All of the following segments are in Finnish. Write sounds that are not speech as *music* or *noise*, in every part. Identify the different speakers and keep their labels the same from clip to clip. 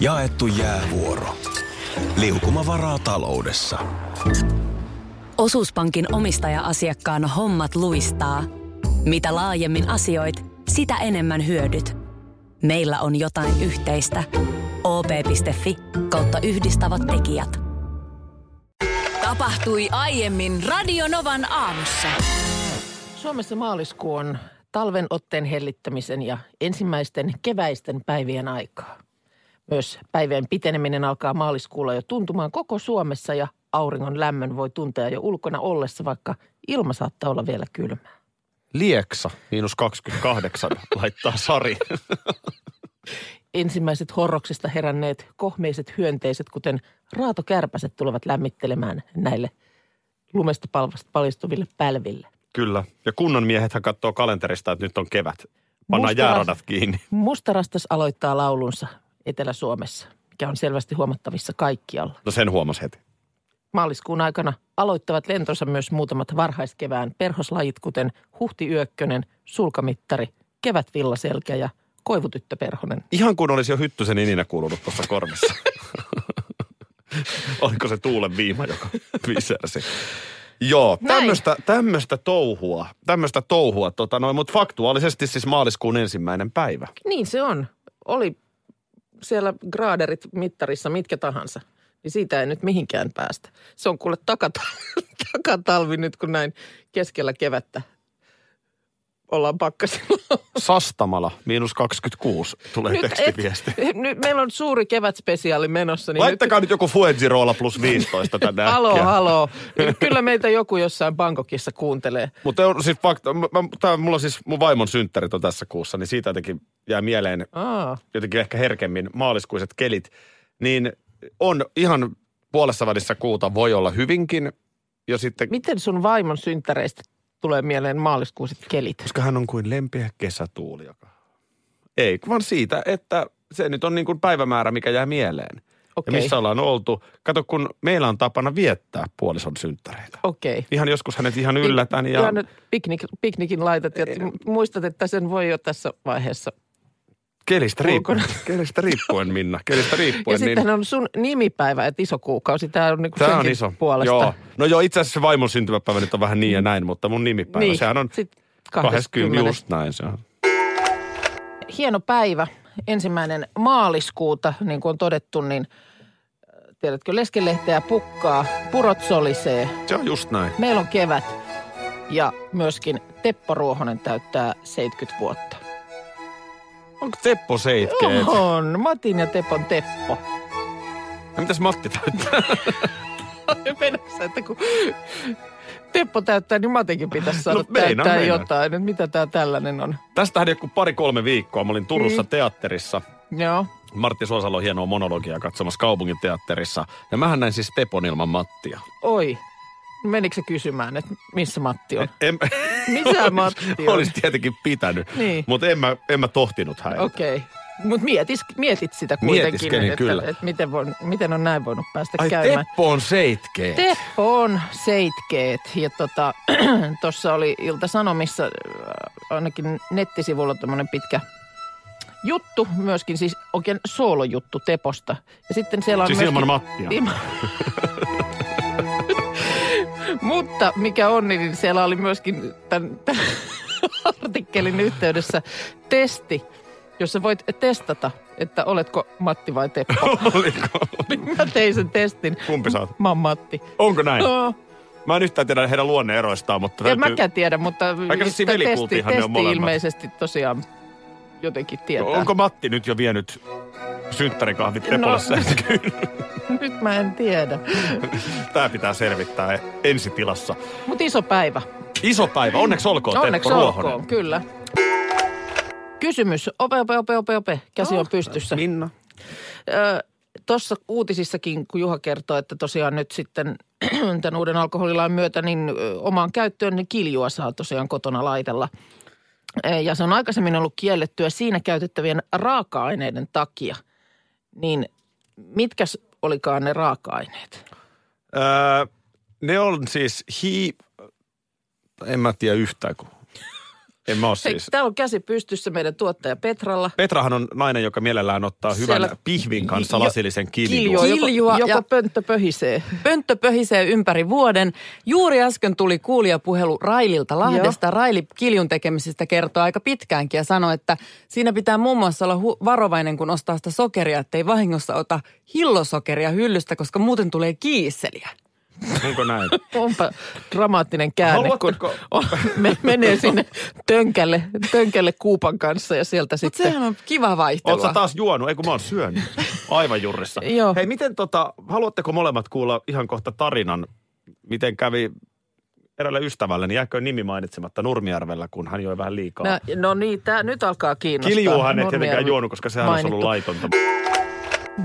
Speaker 1: Jaettu jäävuoro. Liukuma varaa taloudessa.
Speaker 2: Osuuspankin omistaja-asiakkaan hommat luistaa. Mitä laajemmin asioit, sitä enemmän hyödyt. Meillä on jotain yhteistä. op.fi kautta yhdistävät tekijät.
Speaker 3: Tapahtui aiemmin Radionovan aamussa.
Speaker 4: Suomessa maaliskuu on talven otteen hellittämisen ja ensimmäisten keväisten päivien aikaa. Myös päivien piteneminen alkaa maaliskuulla jo tuntumaan koko Suomessa ja auringon lämmön voi tuntea jo ulkona ollessa, vaikka ilma saattaa olla vielä kylmää.
Speaker 5: Lieksa, miinus *laughs* 28, laittaa Sari.
Speaker 4: Ensimmäiset horroksista heränneet kohmeiset hyönteiset, kuten raatokärpäset, tulevat lämmittelemään näille lumesta palvast- paljastuville pälville.
Speaker 5: Kyllä. Ja kunnon miehethän katsoo kalenterista, että nyt on kevät. Pannaan
Speaker 4: Mustalas-
Speaker 5: jääradat kiinni.
Speaker 4: Mustarastas aloittaa laulunsa Etelä-Suomessa, mikä on selvästi huomattavissa kaikkialla.
Speaker 5: No sen huomasi heti.
Speaker 4: Maaliskuun aikana aloittavat lentonsa myös muutamat varhaiskevään perhoslajit, kuten huhtiyökkönen, sulkamittari, kevätvillaselkä ja koivutyttöperhonen.
Speaker 5: Ihan kuin olisi jo hyttysen ininä kuulunut tuossa *laughs* korvissa. Oliko se tuulen viima, *laughs* joka visersi? Joo,
Speaker 4: Näin.
Speaker 5: tämmöistä, tämmöistä touhua, tämmöistä touhua, tota noin, mutta faktuaalisesti siis maaliskuun ensimmäinen päivä.
Speaker 4: Niin se on. Oli siellä graaderit mittarissa mitkä tahansa. Niin siitä ei nyt mihinkään päästä. Se on kuule takatal- *laughs* takatalvi nyt, kun näin keskellä kevättä ollaan pakkasilla.
Speaker 5: Sastamala, miinus 26, tulee nyt tekstiviesti.
Speaker 4: et- nyt meillä on suuri kevätspesiaali menossa. Niin nyt-
Speaker 5: Laittakaa nyt joku Fuengirola plus 15 tänne
Speaker 4: Halo, halo. Kyllä meitä joku jossain Bangkokissa kuuntelee.
Speaker 5: Mutta on siis fakta, mä, mä- tää, mulla on siis mun vaimon synttärit on tässä kuussa, niin siitä jotenkin jää mieleen
Speaker 4: Aa,
Speaker 5: jotenkin ehkä herkemmin maaliskuiset kelit. Niin on ihan puolessa välissä kuuta voi olla hyvinkin. Ja sitten,
Speaker 4: miten sun vaimon synttäreistä tulee mieleen maaliskuiset kelit?
Speaker 5: koska hän on kuin lempeä kesätuuli, joka... Ei, vaan siitä, että se nyt on niin kuin päivämäärä, mikä jää mieleen. Okay. Ja
Speaker 4: Okei,
Speaker 5: missä ollaan oltu. Kato, kun meillä on tapana viettää puolison synttäreitä.
Speaker 4: okei.
Speaker 5: Ihan joskus hänet ihan yllätään ja...
Speaker 4: Niin, nyt piknik, piknikin laitat ja mu- muistat, että sen voi jo tässä vaiheessa.
Speaker 5: Kelistä riippuen,
Speaker 4: Ulkona.
Speaker 5: kelistä riippuen Minna, kelistä
Speaker 4: Ja
Speaker 5: riippuen. niin
Speaker 4: sitten on sun nimipäivä, että iso kuukausi. Tämä on, niinku
Speaker 5: Tämä on
Speaker 4: senkin
Speaker 5: iso.
Speaker 4: puolesta. Mm.
Speaker 5: Joo. No joo, itse asiassa se vaimon syntymäpäivä nyt on vähän niin ja näin, mutta mun nimipäivä,
Speaker 4: Niin,
Speaker 5: sehän on
Speaker 4: sit
Speaker 5: 20.
Speaker 4: 20.
Speaker 5: Just näin se on.
Speaker 4: hieno päivä, ensimmäinen maaliskuuta, niin kuin on todettu, niin äh, tiedätkö, leskelehteä pukkaa, purot solisee,
Speaker 5: Se on just näin.
Speaker 4: meillä on kevät ja myöskin Teppo Ruohonen täyttää 70 vuotta.
Speaker 5: Onko Teppo seitkeet?
Speaker 4: On, Matin ja Tepon Teppo. *laughs*
Speaker 5: Ja No mitäs Matti täyttää? *laughs*
Speaker 4: Mennäksä, että kun Teppo täyttää, niin Matinkin pitäisi saada
Speaker 5: No,
Speaker 4: no,
Speaker 5: meinaan,
Speaker 4: täyttää
Speaker 5: meinaan.
Speaker 4: jotain. Nyt mitä tämä tällainen on?
Speaker 5: Tästähän joku pari-kolme viikkoa. Mä olin Turussa mm. teatterissa.
Speaker 4: Joo.
Speaker 5: Martti Suosalo hienoa monologiaa katsomassa kaupungin teatterissa. Ja mähän näin siis Tepon ilman Mattia.
Speaker 4: Oi. Menikö se kysymään, että missä Matti on?
Speaker 5: En,
Speaker 4: Missä Matti on?
Speaker 5: *laughs* Olisi tietenkin pitänyt,
Speaker 4: Niin.
Speaker 5: mutta en mä, en mä tohtinut häitä.
Speaker 4: Okei. Mutta mietis, mietit sitä kuitenkin,
Speaker 5: Mietiskelin,
Speaker 4: että,
Speaker 5: kyllä.
Speaker 4: että miten, voin, miten on näin voinut päästä
Speaker 5: Ai
Speaker 4: käymään.
Speaker 5: Teppo on seitkeet.
Speaker 4: Teppo on seitkeet ja tota, *clears throat* tuossa oli Ilta-Sanomissa äh, ainakin nettisivulla tämmöinen pitkä juttu, myöskin siis oikein soolojuttu Teposta. Ja sitten siellä on
Speaker 5: Siis
Speaker 4: myöskin,
Speaker 5: ilman Mattia.
Speaker 4: Ilman- *laughs* Mutta mikä on, niin siellä oli myöskin tämän, tämän *laughs* artikkelin yhteydessä testi, jossa voit testata, että oletko Matti vai
Speaker 5: *laughs*
Speaker 4: Teppo.
Speaker 5: Oliko?
Speaker 4: Niin Mä tein sen testin.
Speaker 5: Kumpi sä oot?
Speaker 4: Mä oon Matti.
Speaker 5: Onko näin?
Speaker 4: Joo.
Speaker 5: Mä en yhtään tiedä heidän luonneeroistaan, mutta
Speaker 4: En
Speaker 5: täytyy...
Speaker 4: mäkään tiedä, mutta
Speaker 5: Aika
Speaker 4: sitä testi,
Speaker 5: sivilikultiahan ne on
Speaker 4: testi
Speaker 5: molemmat.
Speaker 4: ilmeisesti tosiaan jotenkin tietää.
Speaker 5: Onko Matti nyt jo vienyt synttärikahvit Tepolle *laughs* no.
Speaker 4: Nyt mä en tiedä.
Speaker 5: Tämä pitää selvittää ensitilassa.
Speaker 4: Mutta iso päivä.
Speaker 5: Iso päivä, onneksi olkoon
Speaker 4: Onneksi
Speaker 5: Teppo
Speaker 4: olkoon,
Speaker 5: Ruohonen.
Speaker 4: kyllä. Kysymys. Ope, ope, ope, ope, ope. Käsi on pystyssä.
Speaker 5: Minna.
Speaker 4: Tuossa uutisissakin, kun Juha kertoo, että tosiaan nyt sitten *clears throat* tämän uuden alkoholilain myötä, niin ö, omaan käyttöön niin kiljua saa tosiaan kotona laitella. Ö, Ja se on aikaisemmin ollut kiellettyä siinä käytettävien raaka-aineiden takia. Niin mitkä olikaan ne raaka-aineet?
Speaker 5: Öö, ne on siis hii... En mä tiedä yhtään, kun En mä oo
Speaker 4: Hei,
Speaker 5: siis.
Speaker 4: täällä on käsi pystyssä meidän tuottaja Petralla.
Speaker 5: Petrahan on nainen, joka mielellään ottaa hyvän
Speaker 4: Siellä-
Speaker 5: pihvin kanssa
Speaker 4: Jo-
Speaker 5: lasillisen
Speaker 4: Kiljua,
Speaker 5: kiljuun.
Speaker 4: joko,
Speaker 6: Kiljua
Speaker 4: joko
Speaker 6: ja-
Speaker 4: pönttö pöhisee.
Speaker 6: Pönttö pöhisee ympäri vuoden. Juuri äsken tuli kuulijapuhelu Raililta Lahdesta. Joo. Raili Kiljun tekemisestä kertoo aika pitkäänkin ja sanoi, että siinä pitää muun muassa olla hu- varovainen, kun ostaa sitä sokeria, ettei vahingossa ota hillosokeria hyllystä, koska muuten tulee kiisseliä.
Speaker 4: *laughs*
Speaker 5: Onko näin?
Speaker 4: Onpa dramaattinen käänne, kun
Speaker 5: Haluatteko-
Speaker 4: on, me menee sinne tönkälle, tönkälle kuupan kanssa ja sieltä
Speaker 6: Mutta
Speaker 4: sitten.
Speaker 6: sehän on kiva
Speaker 5: Oletko
Speaker 6: vaihtelua.
Speaker 5: sä taas juonut? Ei kun mä oon
Speaker 4: *laughs*
Speaker 5: syönyt. Aivan jurrissa.
Speaker 4: Joo.
Speaker 5: Hei, miten tota, haluatteko molemmat kuulla ihan kohta tarinan, miten kävi eräälle ystävälleni, jääköön nimi mainitsematta Nurmijärvellä, kun hän joi vähän liikaa.
Speaker 4: Nä, no niin, tää nyt alkaa kiinnostaa.
Speaker 5: Kiljuuhan ei
Speaker 4: Nurmijärvi
Speaker 5: tietenkään juonut, koska sehän olisi ollut
Speaker 4: mainittu.
Speaker 5: laitonta.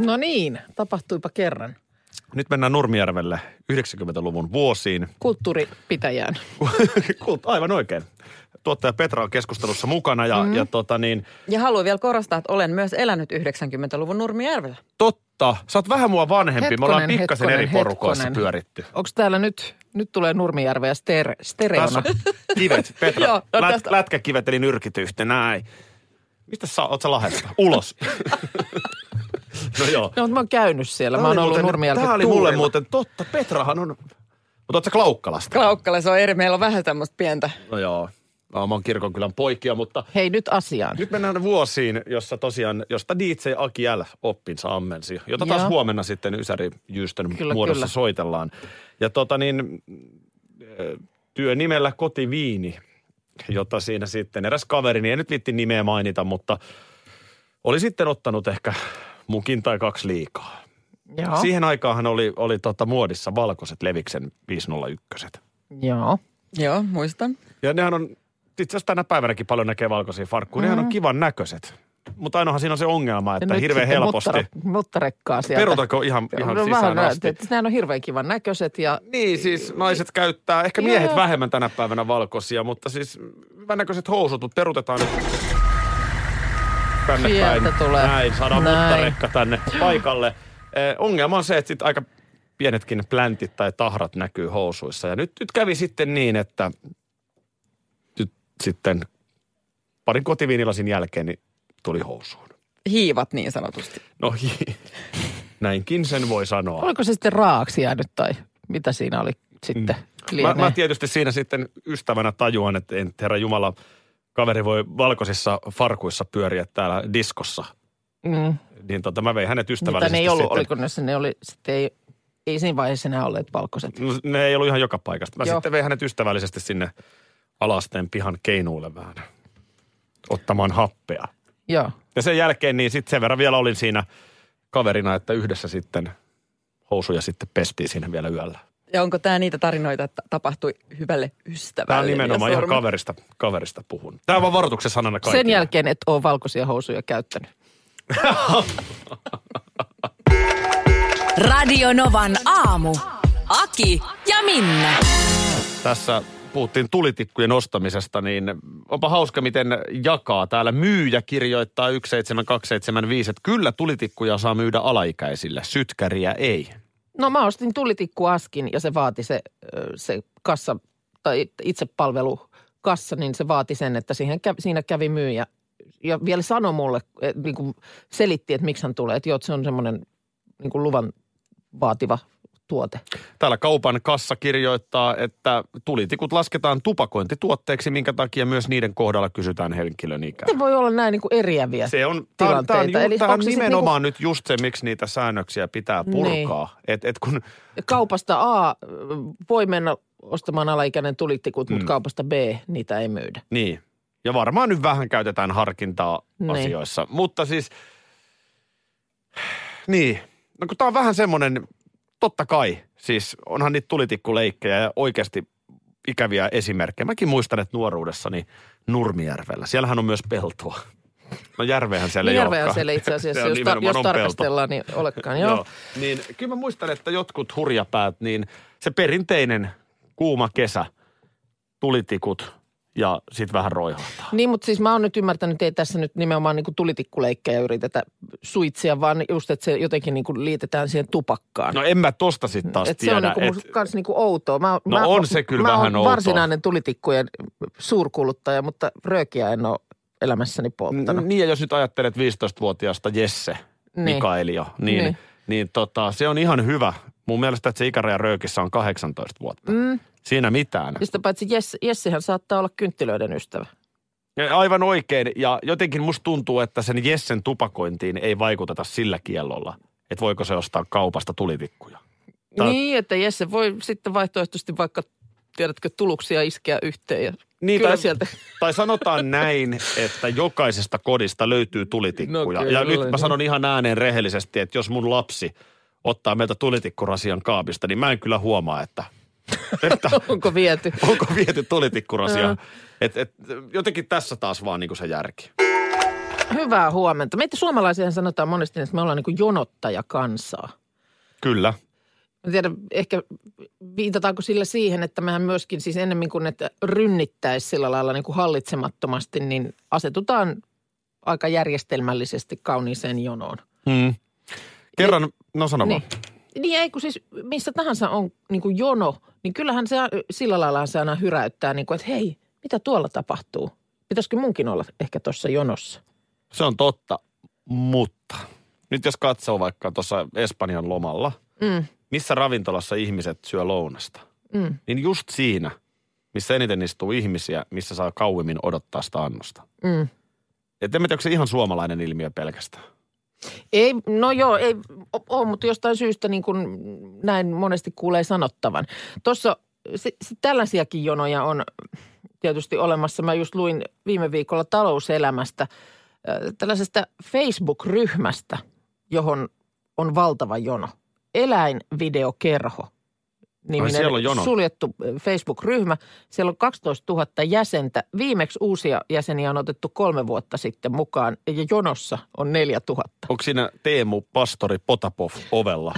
Speaker 4: No niin, tapahtuipa kerran.
Speaker 5: Nyt mennään Nurmijärvelle 90-luvun vuosiin. *laughs*
Speaker 4: Kulttuuripitäjään.
Speaker 5: Kult, aivan oikein. Tuottaja Petra on keskustelussa mukana ja,
Speaker 4: Mm-hmm.
Speaker 5: mm. ja tota niin,
Speaker 6: Ja haluan vielä korostaa, että olen myös elänyt 90-luvun Nurmijärvellä.
Speaker 5: totta, sä oot vähän mua vanhempi, me ollaan
Speaker 4: Hetkonen,
Speaker 5: pikkasen
Speaker 4: hetkonen,
Speaker 5: eri porukoissa
Speaker 4: hetkonen.
Speaker 5: pyöritty.
Speaker 4: Onko täällä nyt, nyt tulee Nurmijärveä stere,
Speaker 5: Tässä
Speaker 4: stereona?
Speaker 5: on kivet, Petra,
Speaker 6: Joo, no
Speaker 5: lät,
Speaker 6: tästä-
Speaker 5: lätkäkivet eli nyrkit yhteen, näin. Mistä sä, oot sä lahjasta? Ulos. no joo.
Speaker 4: No, mutta mä oon käynyt siellä.
Speaker 5: Tää
Speaker 4: mä oon
Speaker 5: oli
Speaker 4: ollut
Speaker 5: muuten-
Speaker 4: Nurmijärven
Speaker 5: Tää oli mulle
Speaker 4: tuurilla.
Speaker 5: muuten totta, Petrahan on, mutta oot sä Klaukkalasta?
Speaker 6: Klaukkala, se on eri. Meillä on vähän tämmöistä pientä.
Speaker 5: No joo, no, mä oon kirkonkylän poikia, mutta
Speaker 4: Hei, nyt asiaan.
Speaker 5: Nyt mennään vuosiin, jossa tosiaan, josta DJ Aki L oppinsa ammensi, jota taas
Speaker 4: Joo.
Speaker 5: huomenna sitten Ysäri Jyystön
Speaker 4: Kyllä,
Speaker 5: muodossa
Speaker 4: kyllä.
Speaker 5: soitellaan. Ja tota niin, eh, ö, työnimellä Kotiviini, jota siinä sitten eräs kaverini, en nyt viitti nimeä mainita, mutta oli sitten ottanut ehkä mukin tai kaksi liikaa.
Speaker 4: Joo.
Speaker 5: Siihen aikaan oli, oli tota muodissa valkoiset Leviksen 501.
Speaker 4: Joo.
Speaker 6: Joo, muistan.
Speaker 5: Ja nehän on, itse asiassa tänä päivänäkin paljon näkee valkoisia farkkuja, mm-hmm. nehän on kivan näköiset. Mutta ainoahan siinä on se ongelma,
Speaker 4: Ja
Speaker 5: että
Speaker 4: Mm. nyt
Speaker 5: hirveän
Speaker 4: sitten
Speaker 5: helposti,
Speaker 4: muttara- Muttarekkaa sieltä.
Speaker 5: perutako ihan, ihan
Speaker 4: No,
Speaker 5: sisään
Speaker 4: vähän
Speaker 5: asti.
Speaker 4: näyt- Nämä on hirveän kivan näköiset ja
Speaker 5: Niin, siis naiset käyttää, ehkä
Speaker 4: Joo.
Speaker 5: miehet vähemmän tänä päivänä valkoisia, mutta siis hyvännäköiset housut, mutta perutetaan nyt tänne
Speaker 4: Sieltä
Speaker 5: päin.
Speaker 4: tulee.
Speaker 5: Näin, saadaan
Speaker 4: Näin.
Speaker 5: muttarekka tänne paikalle. Eh, ongelma on se, että sit aika pienetkin pläntit tai tahrat näkyy housuissa. Ja nyt, nyt kävi sitten niin, että nyt sitten parin kotiviinilasin jälkeen niin tuli housuun.
Speaker 6: Hiivat niin sanotusti.
Speaker 5: No hi- *laughs* näinkin sen voi sanoa.
Speaker 4: oliko se sitten raaksi jäänyt tai mitä siinä oli sitten?
Speaker 5: Mm. Mä,
Speaker 4: Lienee.
Speaker 5: mä tietysti siinä sitten ystävänä tajuan, että en, herra Jumala, kaveri voi valkoisissa farkuissa pyöriä täällä diskossa.
Speaker 4: mm.
Speaker 5: Niin tota, mä vein hänet
Speaker 4: Mitä
Speaker 5: ystävällisesti
Speaker 4: ne ei ollut,
Speaker 5: sitten.
Speaker 4: oliko ne, ne oli sitten ei, ei siinä vaiheessa enää olleet valkoiset.
Speaker 5: No, ne ei ollut ihan joka paikasta. Mä
Speaker 4: Joo.
Speaker 5: sitten vein hänet ystävällisesti sinne alasteen pihan keinuulle vähän ottamaan happea.
Speaker 4: Joo.
Speaker 5: Ja sen jälkeen niin sitten sen verran vielä olin siinä kaverina, että yhdessä sitten housuja sitten pestiin siinä vielä yöllä.
Speaker 6: Ja onko tämä niitä tarinoita, että tapahtui hyvälle ystävälle?
Speaker 5: Tämä on
Speaker 6: ja
Speaker 5: nimenomaan ihan
Speaker 6: sormet?
Speaker 5: kaverista, kaverista puhun. Tämä on vaan varoituksen sanana kaikille.
Speaker 4: Sen jälkeen et ole valkoisia housuja käyttänyt.
Speaker 2: Radio Novan aamu. Aki ja Minna.
Speaker 5: Tässä puhuttiin tulitikkujen ostamisesta, niin onpa hauska, miten jakaa. Täällä myyjä kirjoittaa 17275, että kyllä tulitikkuja saa myydä alaikäisille, sytkäriä ei.
Speaker 4: No mä ostin tulitikku askin ja se vaati se, ö, se kassa, tai itsepalvelu kassa, niin se vaati sen, että siihen, kä- siinä kävi myyjä. Ja vielä sanoi mulle, et, niin kuin selitti, että miksi hän tulee, että joo, että se on semmoinen niin kuin luvan vaativa tuote.
Speaker 5: Täällä kaupan kassa kirjoittaa, että tulitikut lasketaan tupakointituotteeksi, minkä takia myös niiden kohdalla kysytään henkilön ikää.
Speaker 4: Miten voi olla näin niin kuin eriäviä?
Speaker 5: Se on, tää on, tää on,
Speaker 4: tilanteita.
Speaker 5: ju,
Speaker 4: Eli
Speaker 5: tää on
Speaker 4: onko se sit niinku- Niin.
Speaker 5: nimenomaan nyt just se, miksi niitä säännöksiä pitää purkaa. Et, et kun,
Speaker 4: Kaupasta A voi mennä ostamaan alaikäinen tulitikut,
Speaker 5: Mm.
Speaker 4: mutta kaupasta B niitä ei myydä.
Speaker 5: Niin. Ja varmaan nyt vähän käytetään harkintaa
Speaker 4: Niin.
Speaker 5: asioissa. Mutta siis, niin. No kun tää on vähän semmoinen, totta kai, siis onhan niitä tulitikkuleikkejä ja oikeasti ikäviä esimerkkejä. Mäkin muistan, että nuoruudessani Nurmijärvellä, siellähän on myös peltoa. No järvehän siellä ei
Speaker 4: Järveä
Speaker 5: olekaan.
Speaker 4: Niin siellä itse asiassa,
Speaker 5: *laughs* Siellä
Speaker 4: jos, ta-
Speaker 5: nimenomaan
Speaker 4: jos
Speaker 5: on pelto.
Speaker 4: tarkastellaan, niin olekaan. Joo.
Speaker 5: Niin kyllä mä muistan, että jotkut hurjapäät, niin se perinteinen kuuma kesä, tulitikut ja sitten vähän roihahtaa.
Speaker 4: Niin, mutta siis mä oon nyt ymmärtänyt, että ei tässä nyt nimenomaan niin tulitikkuleikkejä yritetä suitsia, vaan just, että se jotenkin niin kuin liitetään siihen tupakkaan.
Speaker 5: No en mä tosta sitten taas
Speaker 4: Et se
Speaker 5: tiedä.
Speaker 4: on niinku et... kans niinku outoa. Mä,
Speaker 5: No
Speaker 4: mä,
Speaker 5: on se kyllä
Speaker 4: mä
Speaker 5: vähän
Speaker 4: oon
Speaker 5: outoa.
Speaker 4: varsinainen tulitikkujen suurkuluttaja, mutta röökiä en ole elämässäni polttanut.
Speaker 5: N- Niin ja jos nyt ajattelet 15-vuotiaasta Jesse
Speaker 4: Niin.
Speaker 5: niin. Mikaelia, niin,
Speaker 4: Niin.
Speaker 5: niin. niin tota, se on ihan hyvä. Mun mielestä että se ikäraja röökissä on 18 vuotta. Mm. Siinä mitään.
Speaker 4: Ja sitä paitsi Jess, Jessihän saattaa olla kynttilöiden ystävä.
Speaker 5: Ja Aivan oikein. Ja jotenkin musta tuntuu, että sen Jessen tupakointiin ei vaikuteta sillä kiellolla, että voiko se ostaa kaupasta tulitikkuja. Tää-
Speaker 4: Niin, että Jesse voi sitten vaihtoehtoisesti vaikka, tiedätkö, tuluksia iskeä yhteen ja
Speaker 5: Niin,
Speaker 4: kyllä
Speaker 5: tai-
Speaker 4: sieltä.
Speaker 5: *laughs* Tai sanotaan näin, että jokaisesta kodista löytyy tulitikkuja.
Speaker 4: No
Speaker 5: No,
Speaker 4: kyllä,
Speaker 5: ja nyt
Speaker 4: niin.
Speaker 5: mä sanon ihan ääneen rehellisesti, että jos mun lapsi ottaa meiltä tulitikkurasian kaapista, niin mä en kyllä huomaa, että, *laughs* että
Speaker 4: *laughs* Onko viety?
Speaker 5: onko viety tulitikkurasiaa. Et, et, jotenkin tässä taas vaan niin se järki.
Speaker 4: Hyvää huomenta. Meitä suomalaisia sanotaan monesti, että me ollaan niin kuin jonottajakansaa.
Speaker 5: Kyllä.
Speaker 4: Mä tiedän, ehkä viitataanko sillä siihen, että mehän myöskin siis ennemmin kuin että rynnittäisi sillä lailla niin kuin hallitsemattomasti, niin asetutaan aika järjestelmällisesti kauniiseen jonoon.
Speaker 5: Hmm. Kerran, no sano vaan.
Speaker 4: Niin. niin ei kun siis missä tahansa on niin kuin jono, niin kyllähän se sillä lailla se aina hyräyttää, niin kuin, että hei, mitä tuolla tapahtuu? Pitäisikö munkin olla ehkä tuossa jonossa?
Speaker 5: Se on totta, mutta nyt jos katsoo vaikka tuossa Espanjan lomalla,
Speaker 4: Mm,
Speaker 5: missä ravintolassa ihmiset syö lounasta,
Speaker 4: mm,
Speaker 5: niin just siinä, missä eniten istuu ihmisiä, missä saa kauemmin odottaa sitä annosta.
Speaker 4: mm.
Speaker 5: Et en mä tiedä, onko se ihan suomalainen ilmiö pelkästään.
Speaker 4: Ei, no joo, ei ole, mutta jostain syystä niin kuin näin monesti kuulee sanottavan. Tuossa si- si- tällaisiakin jonoja on tietysti olemassa. Mä just luin viime viikolla talouselämästä ö, tällaisesta Facebook-ryhmästä, johon on valtava jono. Eläinvideokerho.
Speaker 5: Ai siellä on jono.
Speaker 4: suljettu ö, Facebook-ryhmä. Siellä on 12 000 jäsentä. Viimeksi uusia jäseniä on otettu kolme vuotta sitten mukaan ja jonossa on 4 000.
Speaker 5: Onko siinä Teemu Pastori Potapov ovella,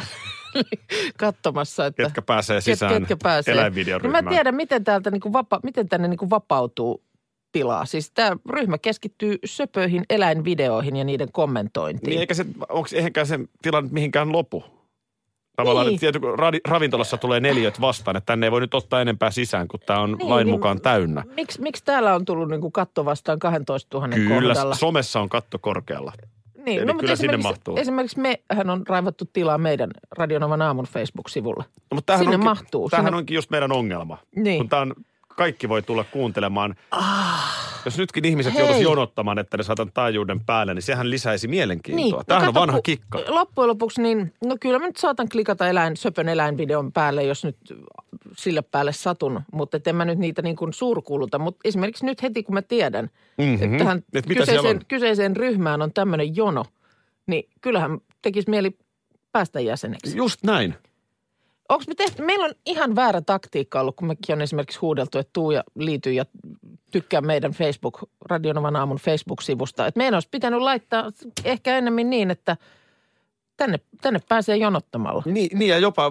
Speaker 4: katsomassa, että
Speaker 5: ketkä pääsee sisään
Speaker 4: ket, ketkä pääsee. Niin mä
Speaker 5: eläinvideoryhmään?
Speaker 4: tiedän, miten, täältä niin kuin vapa, miten tänne niin kuin vapautuu tilaa. Siis tämä ryhmä keskittyy söpöihin eläinvideoihin ja niiden kommentointiin.
Speaker 5: Niin eikä se, onko eikä se tilanne mihinkään lopu? Tavallaan,
Speaker 4: Niin.
Speaker 5: niin. että kun radi, ravintolassa tulee neljöt vastaan, että tänne ei voi nyt ottaa enempää sisään, kun tämä on
Speaker 4: Niin,
Speaker 5: niin, lain
Speaker 4: niin-
Speaker 5: mukaan täynnä.
Speaker 4: Miksi miks täällä on tullut niin kuin katto vastaan 12 000
Speaker 5: Kyllä,
Speaker 4: kohdalla?
Speaker 5: somessa on katto korkealla.
Speaker 4: niin,
Speaker 5: eli
Speaker 4: mutta
Speaker 5: kyllä sinne
Speaker 4: esimerkiksi-
Speaker 5: mahtuu.
Speaker 4: Esimerkiksi mehän on raivattu tilaa meidän Radionovan aamun Facebook-sivulla.
Speaker 5: No, mutta tämähän
Speaker 4: Sinne
Speaker 5: onkin,
Speaker 4: mahtuu,
Speaker 5: Tämähän
Speaker 4: sinne-
Speaker 5: onkin just meidän ongelma.
Speaker 4: Niin.
Speaker 5: Kun tää on, kaikki voi tulla kuuntelemaan. Ah, Jos nytkin ihmiset
Speaker 4: Hei.
Speaker 5: joutuisi jonottamaan, että ne saatan taajuuden päälle, niin sehän lisäisi mielenkiintoa.
Speaker 4: no
Speaker 5: Niin, Tämähän on
Speaker 4: kato,
Speaker 5: vanha
Speaker 4: kun
Speaker 5: kikka.
Speaker 4: Loppujen lopuksi, niin no kyllä mä nyt saatan klikata eläin, söpön eläinvideon päälle, jos nyt sille päälle satun, mutta et en mä nyt niitä niin kuin suurkuluta. Mutta esimerkiksi nyt heti, kun mä tiedän, mm-hmm. että tähän
Speaker 5: Mhm. Et mitä siellä
Speaker 4: kyseiseen,
Speaker 5: on?
Speaker 4: kyseiseen ryhmään on tämmöinen jono, niin kyllähän tekisi mieli päästä jäseneksi.
Speaker 5: Just näin.
Speaker 4: Onks me tehty, meillä on ihan väärä taktiikka ollut, kun mekin on esimerkiksi huudeltu, että tuu ja liity ja tykkää meidän Facebook, Radionovan aamun Facebook-sivusta. Et meidän olisi pitänyt laittaa ehkä enemmän niin, että tänne, tänne pääsee jonottamalla.
Speaker 5: Niin, niin ja jopa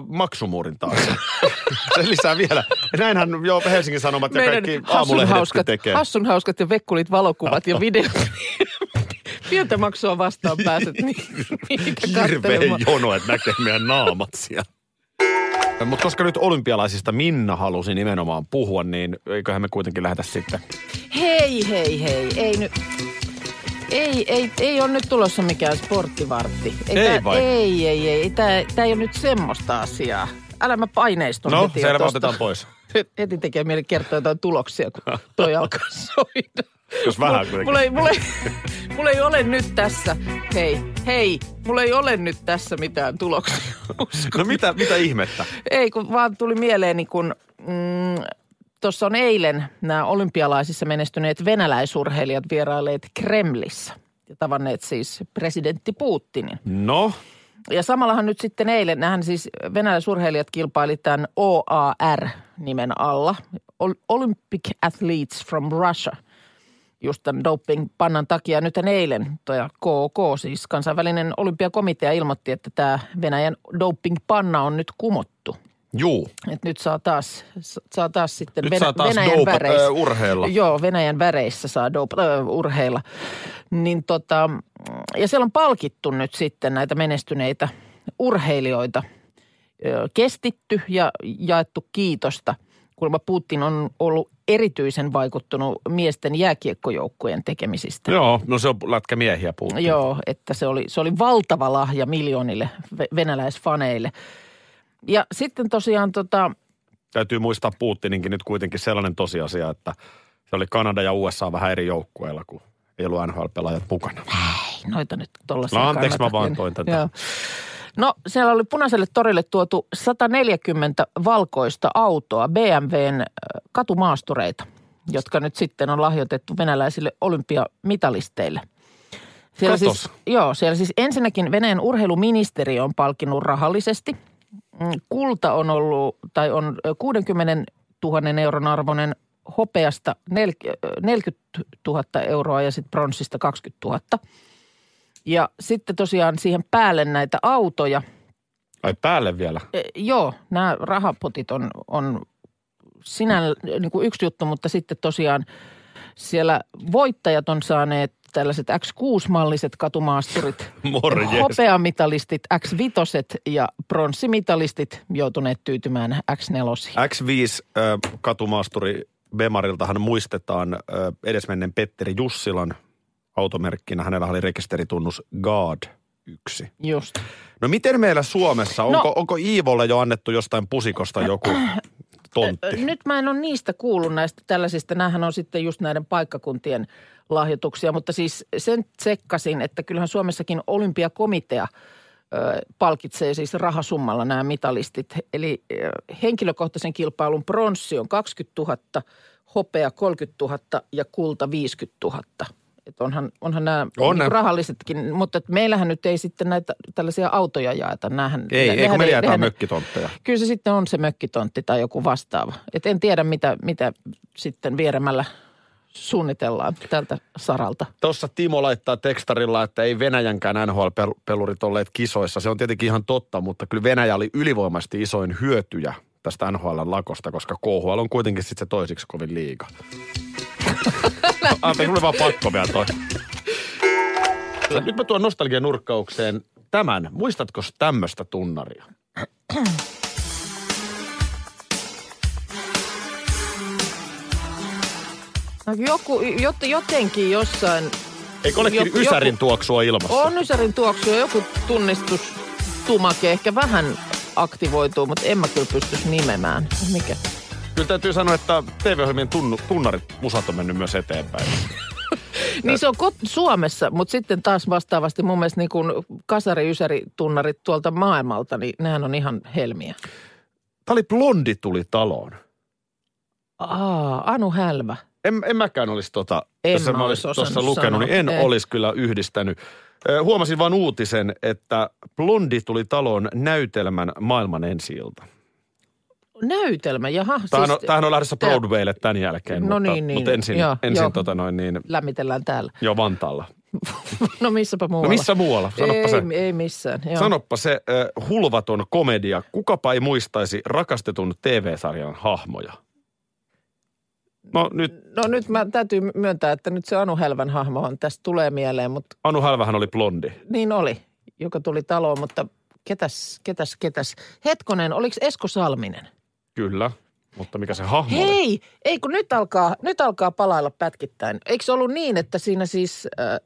Speaker 4: *laughs*
Speaker 5: maksumuurin taakse. Se lisää vielä. Näinhän jo Helsingin Sanomat ja kaikki aamulehdet
Speaker 4: hassunhauskat,
Speaker 5: tekee.
Speaker 4: hassunhauskat ja vekkulit, valokuvat
Speaker 5: *laughs*
Speaker 4: ja videot. *laughs* Pientä maksua vastaan pääset. Niin,
Speaker 5: *laughs*
Speaker 4: niitä
Speaker 5: Hirveä
Speaker 4: katselemaan.
Speaker 5: jono, että näkee meidän naamat siellä. Mutta koska nyt olympialaisista Minna halusi nimenomaan puhua, niin eiköhän me kuitenkin lähetä sitten.
Speaker 4: Hei, hei, hei. Ei nyt... Ei, ei, ei ole nyt tulossa mikään sporttivartti.
Speaker 5: Ei
Speaker 4: tää,
Speaker 5: vai?
Speaker 4: Ei, ei, ei. Tää, tää ei ole nyt semmoista asiaa. Älä mä paineistun
Speaker 5: No,
Speaker 4: heti jo
Speaker 5: selvä,
Speaker 4: tosta.
Speaker 5: otetaan pois.
Speaker 4: Heti tekee mieli kertoa jotain tuloksia, kun toi alkaa soida.
Speaker 5: Jos vähän
Speaker 4: Mulla-
Speaker 5: kuitenkin.
Speaker 4: Mulla ei, mulla, ei, mulla ei ole nyt tässä, hei, hei, mulla ei ole nyt tässä mitään tuloksia.
Speaker 5: No mitä, mitä ihmettä?
Speaker 4: Ei, kun vaan tuli mieleen, niin kun mm, tuossa on eilen nämä olympialaisissa menestyneet venäläisurheilijat vierailleet Kremlissä ja tavanneet siis presidentti Putinin.
Speaker 5: No,
Speaker 4: Ja samallahan nyt sitten eilen, nähän siis venäläisurheilijat kilpaili tämän OAR-nimen alla, Ol- Olympic Athletes from Russia, just tämän doping-pannan takia. Nyt eilen, tuo KK, siis kansainvälinen olympiakomitea ilmoitti, että tämä Venäjän doping-panna on nyt kumottu.
Speaker 5: Juu.
Speaker 4: Et nyt saa taas, saa taas sitten
Speaker 5: Nyt
Speaker 4: Venä-
Speaker 5: saa taas
Speaker 4: Venäjän
Speaker 5: doupa-
Speaker 4: väreissä.
Speaker 5: ö, urheilla.
Speaker 4: Joo, Venäjän väreissä saa doupa, ö, urheilla. Niin tota, ja siellä on palkittu nyt sitten näitä menestyneitä urheilijoita. Ö, Kestitty ja jaettu kiitosta. Kuulemma Putin on ollut erityisen vaikuttunut miesten jääkiekkojoukkueen tekemisistä.
Speaker 5: Joo, no se on lätkä miehiä puhuttu.
Speaker 4: Joo, että se oli, se oli valtava lahja miljoonille ve- venäläisfaneille. Ja sitten tosiaan tota,
Speaker 5: Täytyy muistaa Putininkin nyt kuitenkin sellainen tosiasia, että se oli Kanada ja USA vähän eri joukkueilla, kun ei ollut NHL-pelaajat mukana.
Speaker 4: ei noita nyt tollaisia
Speaker 5: No anteeksi,
Speaker 4: kannata.
Speaker 5: mä vaan toin tätä.
Speaker 4: Joo. No siellä oli punaiselle torille tuotu 140 valkoista autoa, BMWn äh, katumaastureita, jotka nyt sitten on lahjoitettu venäläisille olympiamitalisteille. Siellä
Speaker 5: Katos.
Speaker 4: siis, joo, siellä siis ensinnäkin Venäjän urheiluministeriö on palkinnut rahallisesti. Mm, Kulta on ollut, tai on ö, 60 000 euron arvoinen, hopeasta nel- ö, 40 000 euroa ja sitten pronssista 20 000. Ja sitten tosiaan siihen päälle näitä autoja.
Speaker 5: Ai päälle vielä.
Speaker 4: E, joo, nämä rahapotit on, on sinä niin kuin yksi juttu, mutta sitten tosiaan siellä voittajat on saaneet tällaiset X6-malliset katumaasturit,
Speaker 5: Morjes.
Speaker 4: hopeamitalistit X5 ja pronssimitalistit joutuneet tyytymään X4.
Speaker 5: X5 äh, katumaasturi Bemariltahan muistetaan äh, edesmenneen Petteri Jussilan automerkkinä. Hänellä oli rekisteritunnus God 1.
Speaker 4: Just.
Speaker 5: No miten meillä Suomessa,
Speaker 4: No-
Speaker 5: onko, onko Iivolle jo annettu jostain pusikosta joku
Speaker 4: Ö,
Speaker 5: tontti?
Speaker 4: Nyt mä en ole niistä kuullut näistä tällaisista. Nämähän on sitten just näiden paikkakuntien lahjoituksia, mutta siis sen tsekkasin, että kyllähän Suomessakin olympiakomitea ö, palkitsee siis rahasummalla nämä mitalistit. Eli ö, henkilökohtaisen kilpailun pronssi on 20 000, hopea 30 000 ja kulta 50 000. Et onhan, onhan nämä
Speaker 5: On
Speaker 4: on
Speaker 5: nää.
Speaker 4: rahallisetkin, mutta et meillähän nyt ei sitten näitä tällaisia autoja jaeta. Näähän,
Speaker 5: Ei, ei kun
Speaker 4: nehän
Speaker 5: me jaetaan
Speaker 4: nehän-
Speaker 5: mökkitontteja.
Speaker 4: Kyllä se sitten on se mökkitontti tai joku vastaava. Et en tiedä, mitä, mitä sitten vieremällä suunnitellaan tältä saralta.
Speaker 5: Tuossa Timo laittaa tekstarilla, että ei Venäjänkään NHL-pelurit olleet kisoissa. Se on tietenkin ihan totta, mutta kyllä Venäjä oli ylivoimaisesti isoin hyötyjä tästä NHL-lakosta, koska KHL on kuitenkin sitten se toisiksi kovin liiga. Anteeksi, mulla oli vaan pakko vielä toi. Nyt mä tuon nostalgian nurkkaukseen tämän. Muistatko tämmöistä tunnaria?
Speaker 4: No joku, jot, jotenkin jossain
Speaker 5: Eikö olekin
Speaker 4: Joku-
Speaker 5: joku, Ysärin
Speaker 4: joku-
Speaker 5: tuoksua ilmassa?
Speaker 4: on Ysärin tuoksu ja joku tunnistustumake ehkä vähän aktivoituu, mutta en mä kyllä pystyisi nimemään. Mikä?
Speaker 5: Kyllä täytyy sanoa, että TV-ohjelmien tunnu, tunnarit, musat on mennyt myös eteenpäin.
Speaker 4: Niin se on kot- Suomessa, mutta sitten taas vastaavasti mun mielestä niin kuin kasari ysäri tunnarit tuolta maailmalta, niin nehän on ihan helmiä.
Speaker 5: Tämä oli blondi tuli taloon.
Speaker 4: Aa, Anu Hälvä.
Speaker 5: En, en mäkään olisi tota,
Speaker 4: En
Speaker 5: jos
Speaker 4: mä
Speaker 5: mä
Speaker 4: olisi
Speaker 5: olisin
Speaker 4: osannut
Speaker 5: tuossa lukenut,
Speaker 4: sanoa.
Speaker 5: niin en
Speaker 4: Ei.
Speaker 5: olisi kyllä yhdistänyt. Ö, Huomasin vain uutisen, että Blondi tuli taloon näytelmän maailman ensi ilta.
Speaker 4: Siis Näytelmä, siis- jaha.
Speaker 5: Tämähän, on, tämähän on lähdessä
Speaker 4: tää-
Speaker 5: Broadwaylle tämän jälkeen,
Speaker 4: No
Speaker 5: mutta,
Speaker 4: niin, niin.
Speaker 5: mutta ensin,
Speaker 4: Joo,
Speaker 5: ensin
Speaker 4: joo.
Speaker 5: Tota noin, niin,
Speaker 4: lämmitellään täällä. *laughs*
Speaker 5: jo Vantaalla.
Speaker 4: No missäpä muualla.
Speaker 5: No missä muualla? Sanoppa
Speaker 4: ei,
Speaker 5: se.
Speaker 4: ei missään. Joo.
Speaker 5: Sanoppa se äh, hulvaton komedia. Kukapa ei muistaisi rakastetun TV-sarjan hahmoja. No nyt
Speaker 4: No nyt mä täytyy myöntää, että nyt se Anu Helvän hahmo on tässä tulee mieleen, mutta
Speaker 5: Anu Hälvähän oli blondi.
Speaker 4: niin oli, joka tuli taloon, mutta ketäs, ketäs, ketäs. Hetkonen, oliko Esko Salminen?
Speaker 5: Kyllä, mutta mikä se hahmo oli?
Speaker 4: Hei, ei kun nyt alkaa, nyt alkaa palailla pätkittäin. Eikö se ollut niin, että siinä siis, äh,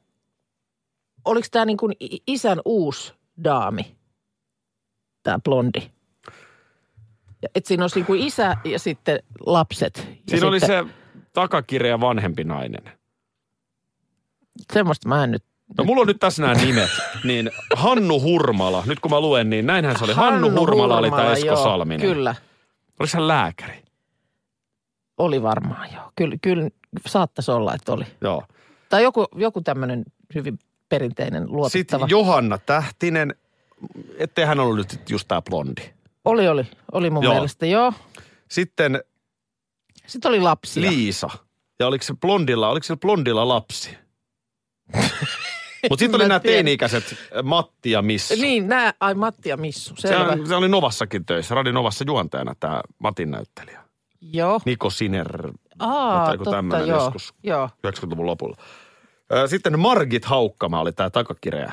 Speaker 4: oliko tämä niin kuin i- isän uusi daami, tämä blondi? Ja, Et siinä olisi niin kuin isä ja sitten lapset. Ja
Speaker 5: Siinä oli
Speaker 4: sitten,
Speaker 5: se takakireä vanhempi nainen.
Speaker 4: Semmoista mä en nyt.
Speaker 5: No mulla on nyt tässä nämä
Speaker 4: *laughs*
Speaker 5: nimet. Niin Hannu Hurmala, nyt kun mä luen, niin näinhän se oli. Hannu, Hurmala, oli tämä Esko
Speaker 4: joo,
Speaker 5: Salminen.
Speaker 4: Kyllä,
Speaker 5: Oliko hän lääkäri?
Speaker 4: oli varmaan joo. Kyllä, kyllä saattaisi olla, että oli.
Speaker 5: Joo.
Speaker 4: Tai joku, joku tämmöinen hyvin perinteinen luotettava.
Speaker 5: Sitten Johanna Tähtinen, ettei hän ollut nyt just tämä blondi.
Speaker 4: oli, oli, oli mun joo.
Speaker 5: Joo.
Speaker 4: mielestä, joo.
Speaker 5: Sitten
Speaker 4: Sitten oli lapsia. *laughs*
Speaker 5: Liisa. Ja oliko se blondilla, oliko sillä blondilla lapsi? Mutta sitten oli
Speaker 4: Mä
Speaker 5: nämä
Speaker 4: tiedän.
Speaker 5: teini-ikäiset Matti ja Missa.
Speaker 4: Niin, nää, ai Matti ja Missu,
Speaker 5: se,
Speaker 4: selvä.
Speaker 5: se oli Novassakin töissä, Radio Novassa juontajana tämä Matin näyttelijä.
Speaker 4: Joo.
Speaker 5: Niko Siner,
Speaker 4: Aa,
Speaker 5: jotain
Speaker 4: totta,
Speaker 5: tämmöinen
Speaker 4: joo.
Speaker 5: Niin, joskus
Speaker 4: Joo.
Speaker 5: 90-luvun lopulla. Ö, Sitten Margit Haukkama oli tämä takakireä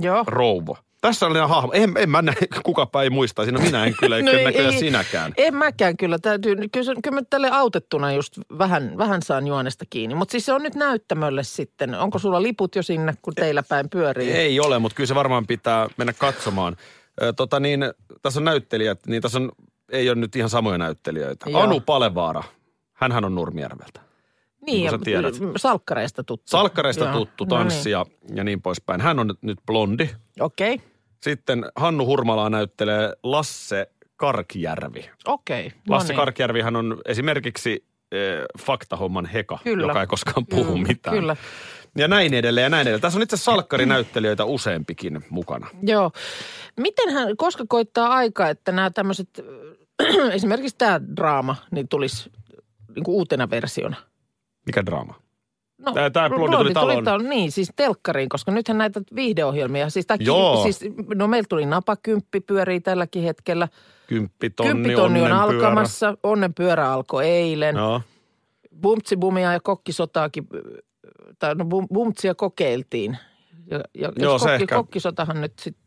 Speaker 4: Joo.
Speaker 5: rouvo. Tässä oli nämä hahmo. En, en mä näin, *laughs* kukapa ei muista, siinä minä en
Speaker 4: *laughs*
Speaker 5: kyllä, eikä no näköjään sinäkään.
Speaker 4: En mäkään kyllä. Täytyy, kyllä, se- kyllä mä tälle autettuna just vähän, vähän saan juonesta kiinni. Mutta siis se on nyt näyttämölle sitten. Onko sulla liput jo sinne, kun teillä päin pyörii?
Speaker 5: Ei ole, mutta kyllä se varmaan pitää mennä katsomaan. Ö, Tota niin, tässä on näyttelijät, niin tässä on, ei ole nyt ihan samoja näyttelijöitä.
Speaker 4: Joo.
Speaker 5: Joo. Anu Palevaara, hänhän on Nurmijärveltä.
Speaker 4: niin,
Speaker 5: kun sä
Speaker 4: ja
Speaker 5: tiedät.
Speaker 4: m- salkkareista tuttu.
Speaker 5: Salkkareista
Speaker 4: Joo.
Speaker 5: tuttu,
Speaker 4: No
Speaker 5: tanssi ja, ja niin poispäin. Hän on nyt blondi.
Speaker 4: niin. Okei,
Speaker 5: Sitten Hannu Hurmalaa näyttelee Lasse Karkijärvi.
Speaker 4: okei. No
Speaker 5: Lasse
Speaker 4: niin.
Speaker 5: Karkijärvihän on esimerkiksi eh, faktahomman heka,
Speaker 4: Kyllä.
Speaker 5: joka ei koskaan puhu
Speaker 4: Kyllä,
Speaker 5: mitään.
Speaker 4: Kyllä.
Speaker 5: Ja näin edelleen ja näin edelleen. Tässä on itse asiassa salkkarinäyttelijöitä useampikin mukana.
Speaker 4: Joo. Mitenhän, koska koittaa aika, että nämä tämmöiset, *clears throat* esimerkiksi tämä draama, niin tulisi niin kuin uutena versiona?
Speaker 5: Mikä draama?
Speaker 4: No,
Speaker 5: Tää- tää Blondi tuli taloon.
Speaker 4: taloon. Niin, siis telkkariin, koska nythän näitä viihdeohjelmia, siis, tai,
Speaker 5: Joo.
Speaker 4: siis no meillä tuli napakymppi, pyörii tälläkin hetkellä.
Speaker 5: Kymppitonni,
Speaker 4: Kymppitonni on
Speaker 5: onnenpyörä.
Speaker 4: alkamassa, onnenpyörä alkoi eilen. No.
Speaker 5: Joo.
Speaker 4: Bumtsibumia ja kokkisotaakin, tai no bum, bumtsia kokeiltiin. Ja, ja
Speaker 5: Joo, se
Speaker 4: kokki,
Speaker 5: ehkä-
Speaker 4: kokkisotahan nyt sitten